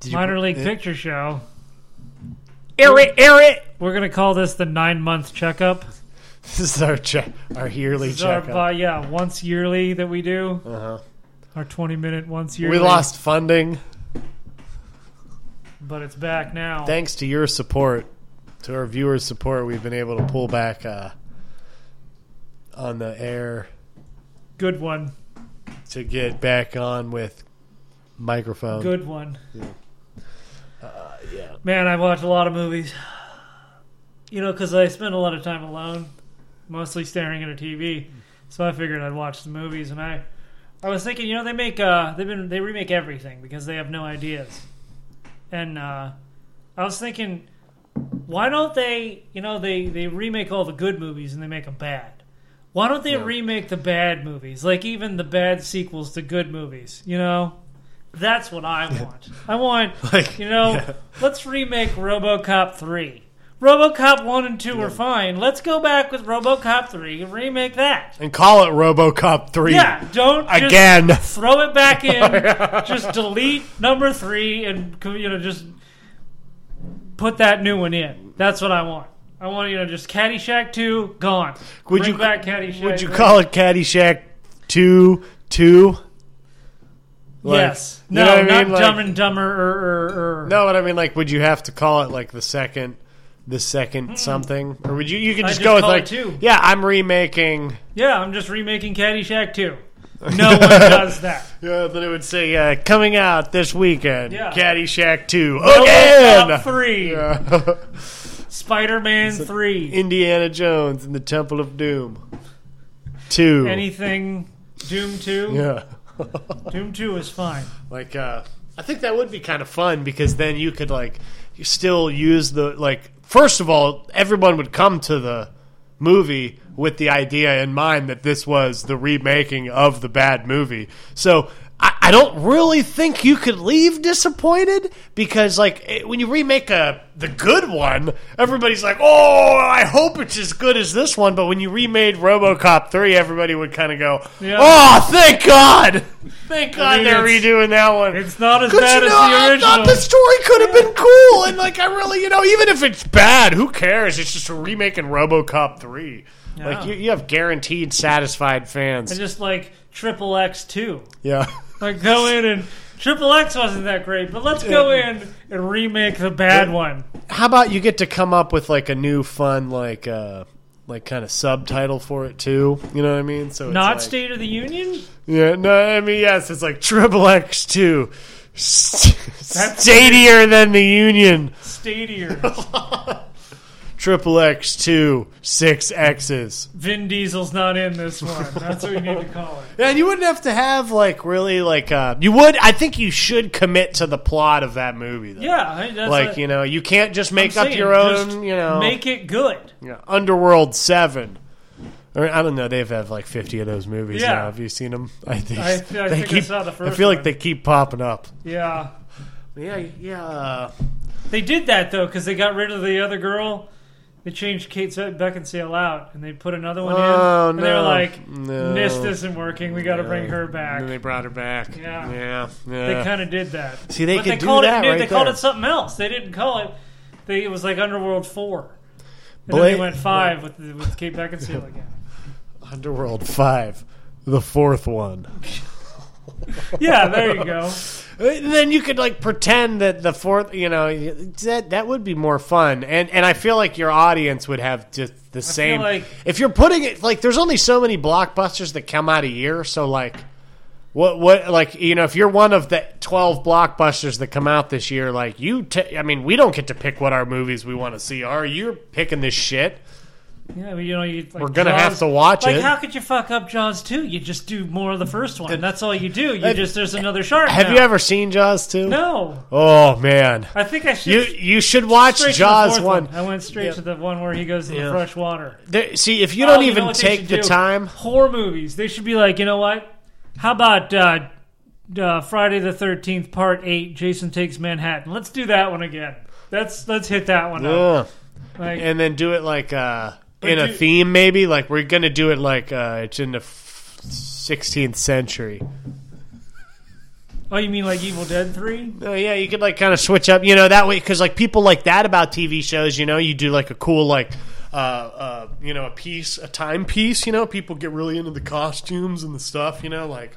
Did you- Minor League eh, Picture Show. Air it, air it. We're gonna call this the nine month checkup. This is our che- our yearly This is our, checkup. uh, yeah, once yearly that we do. Uh-huh. Our twenty minute once yearly. We lost funding but it's back now. thanks to your support, to our viewers' support. We've been able to pull back uh, on the air Good one. to get back on with microphone. Good one. Uh, yeah. Man, I watch a lot of movies. You know, because I spend a lot of time alone, mostly staring at a TV. So I figured I'd watch some movies, and I, I was thinking, you know, they make uh, they've been they remake everything because they have no ideas, and uh, I was thinking, why don't they? You know, they they remake all the good movies and they make them bad. Why don't they Yeah. remake the bad movies, like even the bad sequels to good movies? You know, that's what I want. I want Like, you know, yeah. let's remake RoboCop 3. RoboCop 1 and 2 were fine. Let's go back with RoboCop 3 and remake that. and call it RoboCop three Yeah, don't just again. throw it back in. just delete number 3 and you know just put that new one in. That's what I want. I want you know just Caddyshack 2 gone. Would Bring you- back Caddyshack? Would you three. call it Caddyshack two two? Like, Yes. you No, know what I not mean? Like- Dumb and Dumber er, or, or, or. No, but I mean, like, would you have to call it like the second, the second something, or would you? You could I'd just, Hmm. just go with call it like, two. yeah, I'm remaking. Yeah, I'm just remaking Caddyshack 2. No one does that. Yeah, then it would say uh, coming out this weekend. Yeah. Caddyshack two Robocop again. 3. Yeah. Spider Man 3. Indiana Jones and the Temple of Doom. Two. Anything Doom 2? yeah. Doom 2 is fine. like, uh, I think that would be kind of fun because then you could like, you still use the like. First of all, everyone would come to the movie with the idea in mind that this was the remaking of the bad movie. So I, I don't really think you could leave disappointed because, like, it, when you remake a the good one, everybody's like, "Oh, I hope it's as good as this one." But when you remade RoboCop three, everybody would kind of go, Yeah. "Oh, thank God, thank God I mean, they're it's- redoing that one." It's not as But bad you as know, the I original. thought the story could have been cool, and like I really, you know, even if it's bad, who cares? It's just a remake in RoboCop three. Like Yeah. you, you have guaranteed satisfied fans. And just like Triple X 2. yeah, Like go in and. Triple X wasn't that great, but let's go in and remake the bad one. how about you get to come up with like a new fun, like uh, like kind of subtitle for it too? You know what I mean? So it's Not like, State of the Union? Yeah, no, I mean yes, it's like Triple X two, stadier than the Union. Stadier. Triple X two, six X's. Vin Diesel's not in this one. That's what we need to call it. Yeah, and you wouldn't have to have like really like uh you would I think you should commit to the plot of that movie though. Yeah, I- that's Like, what you know, you can't just make I'm up saying. your own, Just you know, Make it good. you know, Underworld 7. Or I don't know, they've had like 50 of those movies Yeah. now. Have you seen them? I think I- I they think I keep saw the first feel one. like they keep popping up. Yeah. Yeah, yeah. uh, They did that though because they got rid of the other girl. They changed Kate Beckinsale out, and they put another one Oh, in. And they were no. like, No. "This isn't working. We got to bring her And back." they brought her back. Yeah. Yeah. They yeah. kind of did that. See, they but could they do called that it. dude, right they called there. it something else. They didn't call it. They, it was like Underworld Four. And then Blade- they went five with with Kate Beckinsale again. Underworld 5, the fourth one. Yeah, there you go. Then you could like pretend that the fourth, you know, that that would be more fun, and and I feel like your audience would have just the same. like- if you're putting it like, there's only so many blockbusters that come out a year, so like, what what like you know, if you're one of the twelve blockbusters that come out this year, like you, t- I mean, we don't get to pick what our movies we want to see are. You're picking this shit. Yeah, well, you know, you, like We're gonna Jaws- have to watch like, it. how could you fuck up Jaws two? You just do more of the first one. That's all you do. You just there's another shark. Have now. you ever seen Jaws two? No, Oh man, I think I should. you you should watch straight to the Jaws fourth one. I went straight Yeah. to the one where he goes in Yeah. the fresh water. There, see if you don't Oh, you know even what they take should the do? time. Horror movies. They should be like, you know what? How about uh, uh, Friday the Thirteenth Part Eight? Jason Takes Manhattan. Let's do that one again. That's let's hit that one. Up. Ugh. Like, and then do it like uh, But in a do- theme maybe like we're gonna do it like uh, it's in the f- 16th century Oh, you mean like Evil Dead Three? Uh, yeah, you could like kind of switch up, you know, that way because like people like that about TV shows, you know, you do like a cool like. Uh, uh, you know, a piece, a timepiece. You know, people get really into the costumes and the stuff. You know, like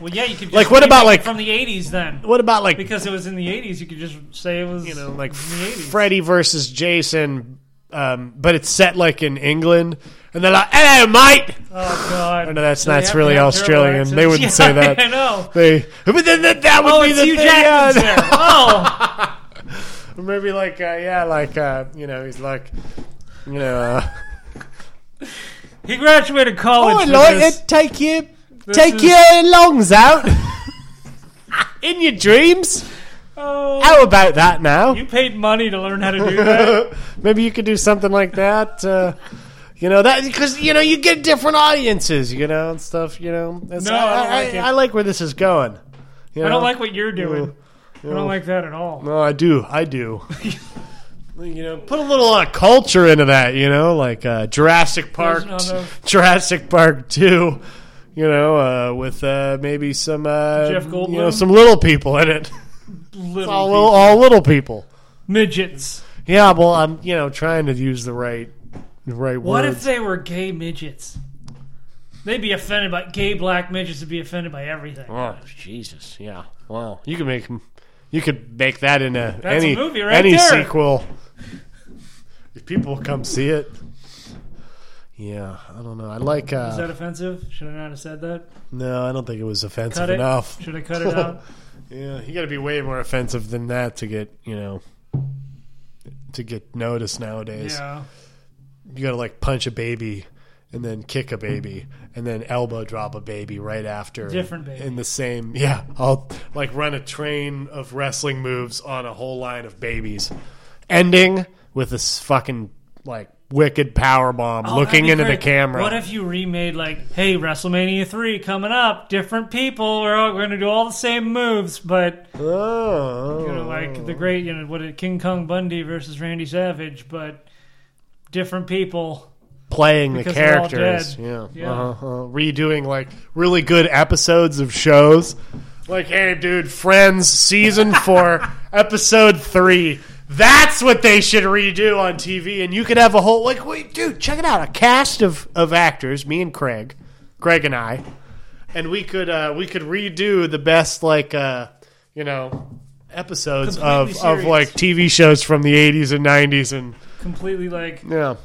Well, yeah, you could. Just Like, what about, remake it like- from the '80s then? what about like Because it was in the '80s, you could just say it was. you know, like in the '80s. Freddy versus Jason, um, but it's set like in England, and they're like, "Hello, mate." oh God. Oh, no, that's They that's have to really have Australian. terrible They wouldn't accents. say Yeah, I that. know. They, but then that, that would Oh, be it's the Hugh thing. Jackman's yeah. there. Oh, Or Maybe like uh, yeah, like uh, you know, he's like, you know, uh, he graduated college. oh, with Lord, this. uh, take your this take is- your lungs out in your dreams. Oh, How about that now? you paid money to learn how to do that. Maybe you could do something like that. Uh, you know that because you know you get different audiences, you know, and stuff. You know, It's- No, I don't I, like it. I like where this is going. you I know? don't like what you're doing. I don't like that at all. No, I do. I do. you know, put a little uh, culture into that. You know, like uh, Jurassic Park, no, no. Jurassic Park Two. You know, uh, with uh, maybe some uh, Jeff you know Goldblum? some little people in it. Little, all, people. little, all little people. midgets. Yeah, well, I'm you know trying to use the right the right What words. if they were gay midgets? They'd be offended by gay black midgets. Would be offended by everything. Oh Jesus! Yeah. Wow. You could make you could make that into That's any a movie right any there. sequel. If people come see it. Yeah, I don't know. I like. Uh, Is that offensive? Should I not have said that? no, I don't think it was offensive Cut it. enough. Should I cut it out? Yeah, you got to be way more offensive than that to get you know to get noticed nowadays. yeah. You got to like punch a baby. And then kick a baby, and then elbow drop a baby right after. Different baby. in the same. Yeah, I'll like run a train of wrestling moves on a whole line of babies, ending with this fucking like wicked power bomb Oh, that'd looking be into great. the camera. What if you remade like, hey, WrestleMania three coming up, different people. We're all going to do all the same moves, but oh, you know, like the great, you know, what it, King Kong Bundy versus Randy Savage, but different people. playing the Because they're all characters. dead. Yeah. Yeah. Uh-huh, uh-huh. Redoing like really good episodes of shows. Like, hey, dude, Friends season four, episode three. That's what they should redo on TV, and you could have a whole like, wait, dude, check it out—a cast of of actors, me and Craig, Craig and I, and we could uh, we could redo the best like uh, you know episodes of Completely of serious. like TV shows from the '80s and '90s, and Completely like yeah,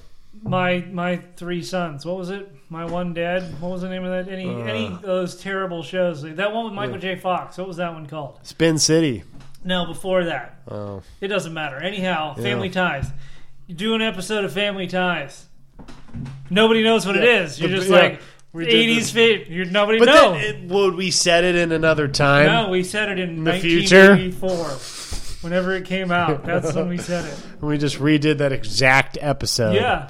my my three sons. What was it? My one dad. What was the name of that? Any Uh. any of those terrible shows? That one with Michael J. Fox. What was that one called? Spin City. No, before that. Oh. It doesn't matter. Anyhow, Family Ties. You do an episode of Family Ties. Nobody knows what Yeah. it is. You're The- just yeah. like We did 80s fit. You're nobody But knows. then, it, would we set it in another time? no, we said it in the future? 1984. Whenever it came out, that's when we said it. And we just redid that exact episode, Yeah,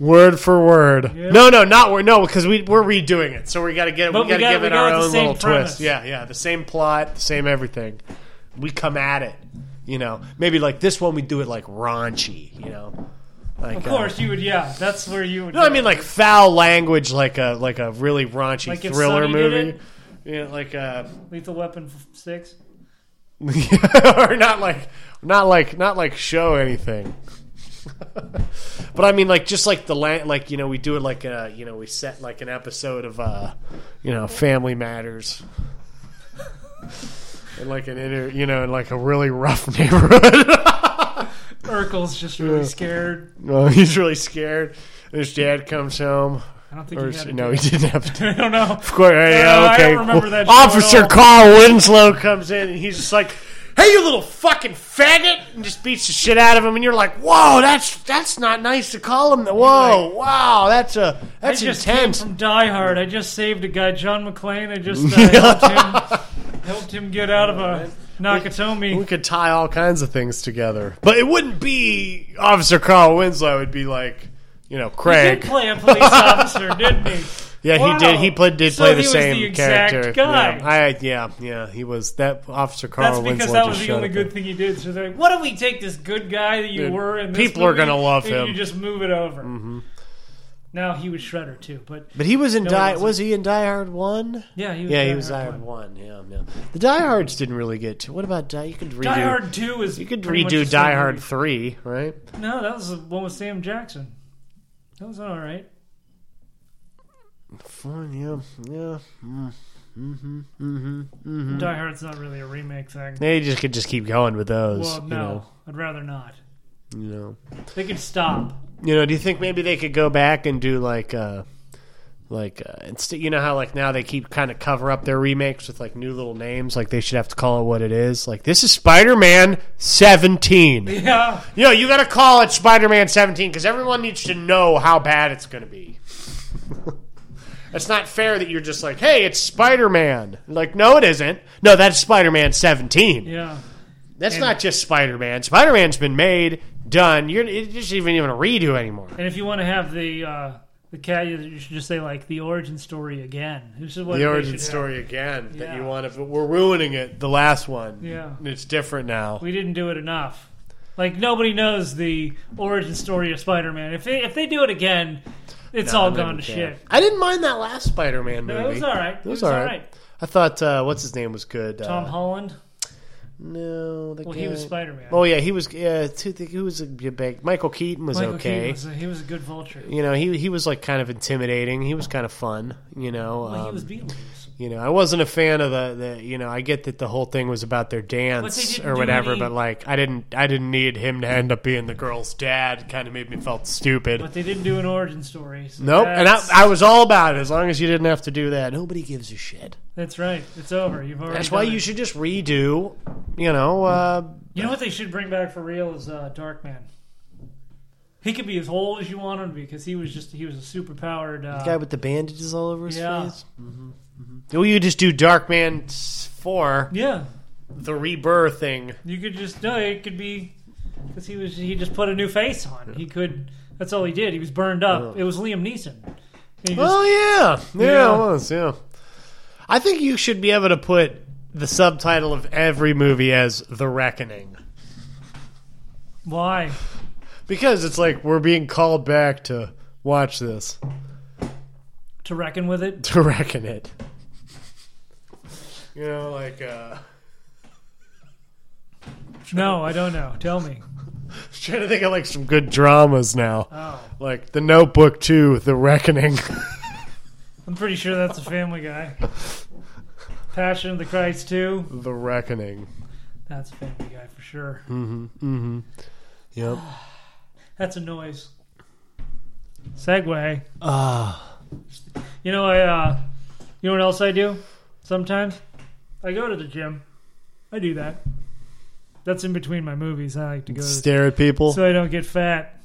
word for word. Yeah. No, no, not word. No, because we we're redoing it, so we got to get But we we got to gotta- give we it go our with the own same little premise. twist. Yeah, yeah, the same plot, the same everything. We come at it, you know. Maybe like this one, we do it like raunchy, you know. Like, uh, of course you would. Yeah, that's where you would. No, I mean like foul language, like a like a really raunchy Like if thriller Sonny did movie. it? Yeah, like uh, Lethal Weapon f- Six. or not like not like not like show anything but i mean like just like the la- like you know we do it like uh you know we set like an episode of uh you know family matters and like an inner you know in like a really rough neighborhood Urkel's just really scared. well, he's really scared and his dad comes home I don't think or he had. a no dad. he didn't have to I don't know. Of course, yeah, No, I okay. don't remember that show at Officer all. Carl Winslow comes in and he's just like, "Hey, you little fucking faggot!" and just beats the shit out of him. And you're like, "Whoa, that's that's not nice to call him." That. Whoa, wow, that's a I that's just intense. came from Die Hard. I just saved a guy, John McClane. I just uh, helped, him, helped him get out of a we Nakatomi. could tie all kinds of things together, but it wouldn't be Officer Carl Winslow. It'd be like. You know, He did Craig. play a police officer, didn't he? Yeah, Wow. he did. He played, did So play he the was same the exact character. guy. Yeah, I, yeah, yeah. He was that Officer Carl That's Winslow. because that was just the only showed up good thing he did. So they're like, what if we take this good guy that you Dude, were and people are gonna love Mm-hmm. and him. You just move it over. Now he was Shredder too, but But he was in No, he Die. wasn't. Was he in Die Hard One? yeah, he was Yeah, Die he was Die Hard Hard one. One. Yeah, yeah. The Die Hards didn't really get to. What about Die? You could redo. Die Hard Two is You could pretty much the redo same Die Hard movie. Three, right? No, that was the one with Sam Jackson. That was all right. Fine, yeah, yeah. Mm. Mm-hmm. Mm-hmm. Mm-hmm. Die Hard's not really a remake thing. They just could just keep going with those. Well, you no, know, I'd rather not. You know. They could stop. You know, do you think maybe they could go back and do like uh like uh, instead you know how like now they keep kind of cover up their remakes with like new little names like they should have to call it what it is like this is spider-man 17 you Yeah, know you gotta call it spider-man 17 because everyone needs to know how bad it's gonna be it's not fair that you're just like hey it's spider-man like no it isn't no that's spider-man 17 yeah. that's not just spider-man spider-man's been made done you're it just even even a redo anymore And if you want to have the uh, the cat, you- you should just say like the origin story again. This is what the they origin should have. story again that you Yeah. want to we're ruining it the last one Yeah. And it's different now We didn't do it enough. Like nobody knows the origin story of Spider-Man. If they if they do it again, it's all gone to shit. i didn't mind that last spider-man movie No, it was all right. It was all right. i thought uh, what's his name was good Tom uh, Holland. no the Well, guy. he was Spider-Man. oh yeah he was yeah who the- who was a big michael keaton was Michael okay Keaton was a, he was a good vulture. you know he he was like kind of intimidating he was kind of fun you know Well, he um, was Beetlejuice. you know i wasn't a fan of the, the you know i get that the whole thing was about their dance didn't or do whatever any- but like i didn't i didn't need him to end up being the girl's dad kind of made me felt stupid But they didn't do an origin story. So Nope, and I, that's- I was all about it as long as you didn't have to do that. Nobody gives a shit. That's right. It's over. You've already. That's why done you it. should just redo, you know, uh, You know what they should bring back for real is uh, Darkman. He could be as old as you want him to be because he was just he was a super powered. Uh, the guy with the bandages all over his Yeah. face. Mm-hmm, mm-hmm. Well, you just do Darkman s- 4, yeah, the rebirth thing. you could just no. It could be because he was he just put a new face on. He could. That's all he did. He was burned up. It was Liam Neeson. And he just- Oh, yeah. Yeah, Yeah. it was, yeah. I think you should be able to put the subtitle of every movie as The Reckoning. why? Because it's like we're being called back to watch this, To reckon with it? to reckon it. You know, like, uh,. No, I don't know. Tell me. Trying to think of like some good dramas now, Oh, like The Notebook 2, The Reckoning. I'm pretty sure that's a Family Guy. Passion of the Christ too. the Reckoning. That's a Family Guy for sure. Yep. That's a noise. Segway. Ah. You know, I, uh, you know what else I do? Sometimes I go to the gym. I do that. That's in between my movies. I like to go to the, stare at people. so I don't get fat.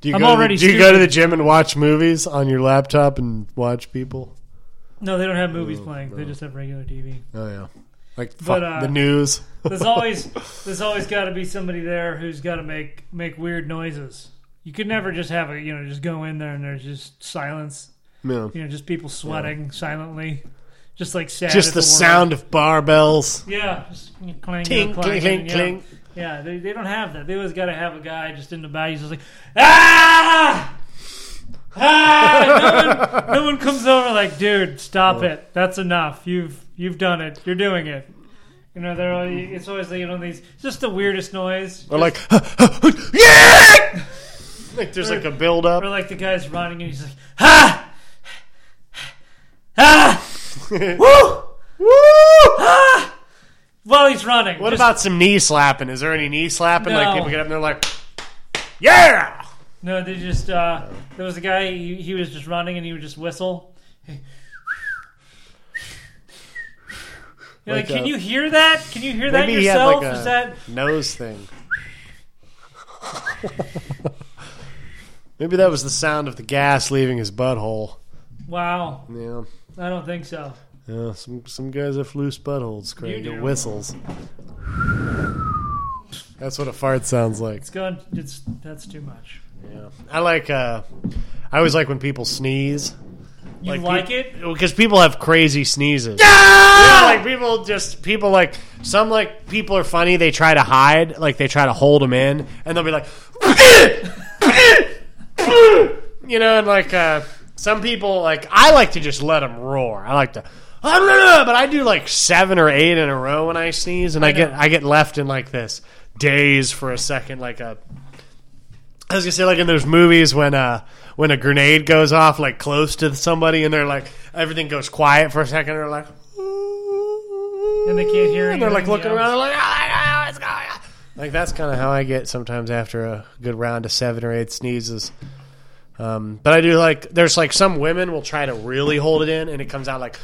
do you I'm go to the- already Do you go to stupid. the gym and watch movies on your laptop and watch people? No, they don't have movies playing. They no. just have regular TV. Oh yeah. Like fu- But, uh, the news. There's always there's always got to be somebody there who's got to make make weird noises. You could never just have a you know just go in there and there's just silence. No. You know, just people sweating silently, just like sad. Just at the world. sound of barbells. Yeah, just clang, Ting, clang, cling, cling, yeah. cling. Yeah, they, they don't have that. They always got to have a guy just in the back. He's just like, ah, ah. No one, no one comes over like, dude, stop it. That's enough. You've you've done it. You're doing it. You know, they're all, it's always like, you know these just the weirdest noise. Or like yeah! Like there's like a build Or up. like the guy's running and he's like, ah, ah, woo, Woo! ah, while he's running. What Just- about some knee slapping? Is there any knee slapping? Like No. people get up and they're like, "Yeah!" No, they just uh, there was a guy. He, he was just running and he would just whistle. You're like, Like, can uh, you hear that? Can you hear that Maybe he had yourself? like a Is that nose thing. Maybe that was the sound of the gas leaving his butthole. wow? Yeah, I don't think so. yeah. Some some guys have loose buttholes. Craig. You It do. whistles. That's what a fart sounds like. It's gone. It's that's too much. Yeah. I like. Uh, I always like when people sneeze. You like, peop- it? because people have crazy sneezes. Yeah, like people just people like some like people are funny. They try to hide, like they try to hold them in, and they'll be like, you know, and like uh, some people, like I like to just let them roar. I like to, I don't know, but I do like seven or eight in a row when I sneeze, and I, get I get left in like this daze for a second, like a. I was gonna say like in those movies when uh when a grenade goes off like close to somebody and they're like everything goes quiet for a second they're like and they can't hear and they're like anything, looking yeah. around they're like "Ah, what's going on?" like that's kind of how I get sometimes after a good round of seven or eight sneezes. Um, but I do like there's like some women will try to really hold it in and it comes out like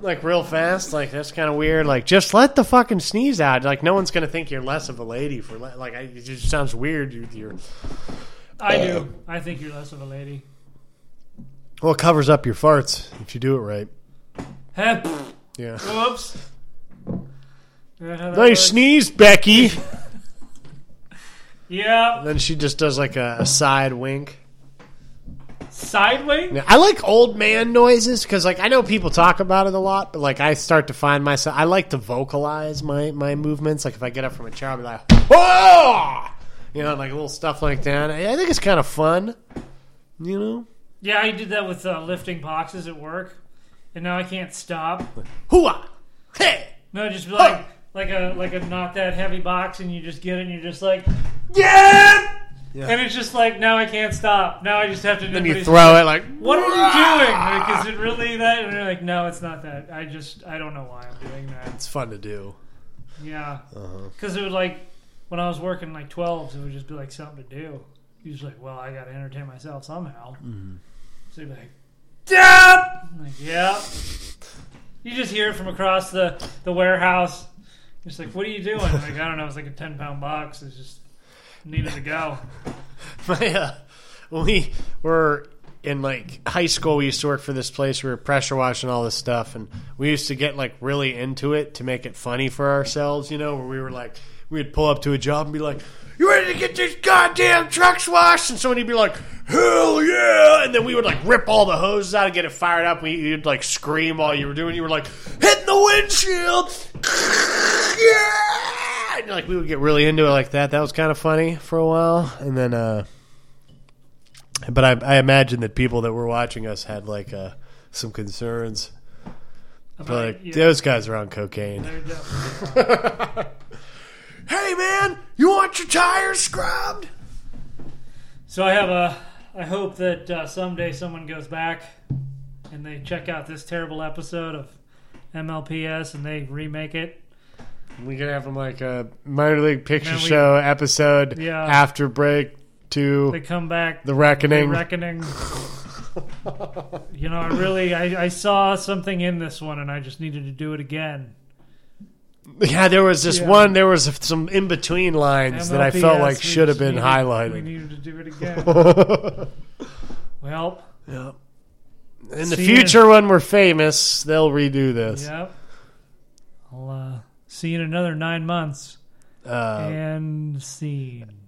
like real fast like that's kind of weird like just let the fucking sneeze out like no one's gonna think you're less of a lady for le- like I, it just sounds weird you you're I do. I think you're less of a lady. well it covers up your farts if you do it right Heh, pff, yeah whoops. Is that how that nice works? sneeze Becky Yeah. then she just does like a, a side wink Sideways? Yeah, I like old man noises because, like, I know people talk about it a lot, but like, I start to find myself. I like to vocalize my my movements. Like, if I get up from a chair, I'll be like, "Oh," you know, like little stuff like that. I, I think it's kind of fun, you know. Yeah, I did that with uh, lifting boxes at work, and now I can't stop. Hooah! Hey! No, just be like like a like a not that heavy box, and you just get it, and you're just like, yeah. And it's just like now I can't stop. Now I just have to. And you throw it like, What are you doing? Like, is it really that? And you're like, no, it's not that. I just I don't know why I'm doing that. It's fun to do. Yeah, Uh-huh. because it would like when I was working like 12s, it would just be like something to do. You was like, well, I got to entertain myself somehow. Mm-hmm. So you'd be like, yeah, like yeah. You just hear it from across the the warehouse. It's like, what are you doing? Like I don't know. It's like a 10 pound box. It's just needed to go. my uh, when we were in like high school we used to work for this place we were pressure washing all this stuff and we used to get like really into it to make it funny for ourselves you know where we were like we'd pull up to a job and be like you ready to get these goddamn trucks washed and somebody'd be like hell yeah and then we would like rip all the hoses out and get it fired up we, you'd like scream while you were doing it. you were like hitting the windshield yeah and like we would get really into it like that that was kind of funny for a while and then uh but I, I imagine that people that were watching us had like uh, some concerns. About, Like you know, those guys are on cocaine. they're just- Hey man, you want your tires scrubbed? So I have a. I hope that uh, someday someone goes back and they check out this terrible episode of MLPS and they remake it. We could have them like a minor league picture Man, we- show episode Yeah. after break to They come back. the reckoning. reckoning. you know, I really I, I saw something in this one and I just needed to do it again. yeah, there was this Yeah. one. There was some in between lines that I felt MLPS, like we should have just been needed- We highlighted. needed to do it again. well, yeah. In the See ya. future, when we're famous, they'll redo this. yep. I'll uh, see you in another nine months Uh, and scene.